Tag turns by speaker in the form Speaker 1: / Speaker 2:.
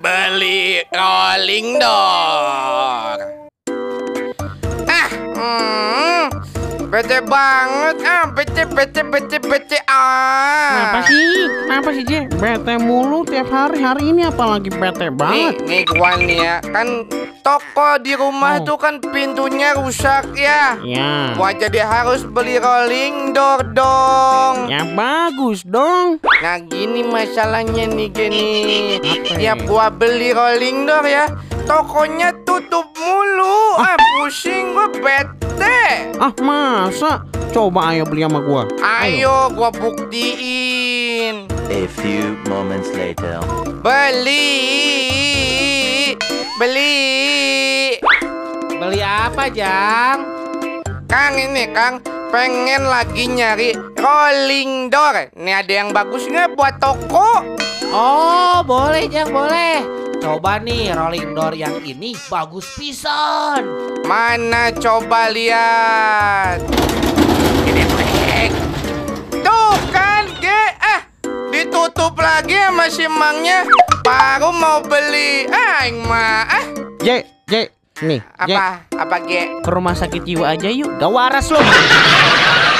Speaker 1: Beli rolling door. Ah, hmm, bete banget ah, bete bete bete bete ah.
Speaker 2: Kenapa sih? Kenapa sih, Je? Bete mulu tiap hari. Hari ini apalagi
Speaker 1: Nih,
Speaker 2: bete banget.
Speaker 1: nih Wan ya, kan toko di rumah
Speaker 2: Oh.
Speaker 1: tuh kan pintunya rusak ya.
Speaker 2: Ya.
Speaker 1: Wah jadi harus beli rolling door dong.
Speaker 2: Ya bagus dong.
Speaker 1: Nah gini masalahnya nih gini.
Speaker 2: Apa?
Speaker 1: Tiap gua beli rolling door ya, tokonya tutup mulu. Ah pusing gua bete.
Speaker 2: Ah, masa? Coba ayo beli sama gua.
Speaker 1: Ayo gua buktiin.
Speaker 3: A few moments later.
Speaker 1: Beli. Beli.
Speaker 4: Beli apa, Jang?
Speaker 1: Kang ini Kang pengen lagi nyari rolling door. Nih ada yang bagus nggak buat toko?
Speaker 4: Oh, boleh Jang, boleh. Coba nih rolling door yang ini bagus pisan.
Speaker 1: Mana coba lihat. Gedebek. Tuh kan, ge. Eh, ditutup lagi sama si Mangnya. Baru mau beli. Ah, Aing mah. Ah,
Speaker 2: Je, Je. Nih, Je.
Speaker 1: apa? Apa, ge?
Speaker 2: Ke rumah sakit jiwa aja yuk. Gak waras lo.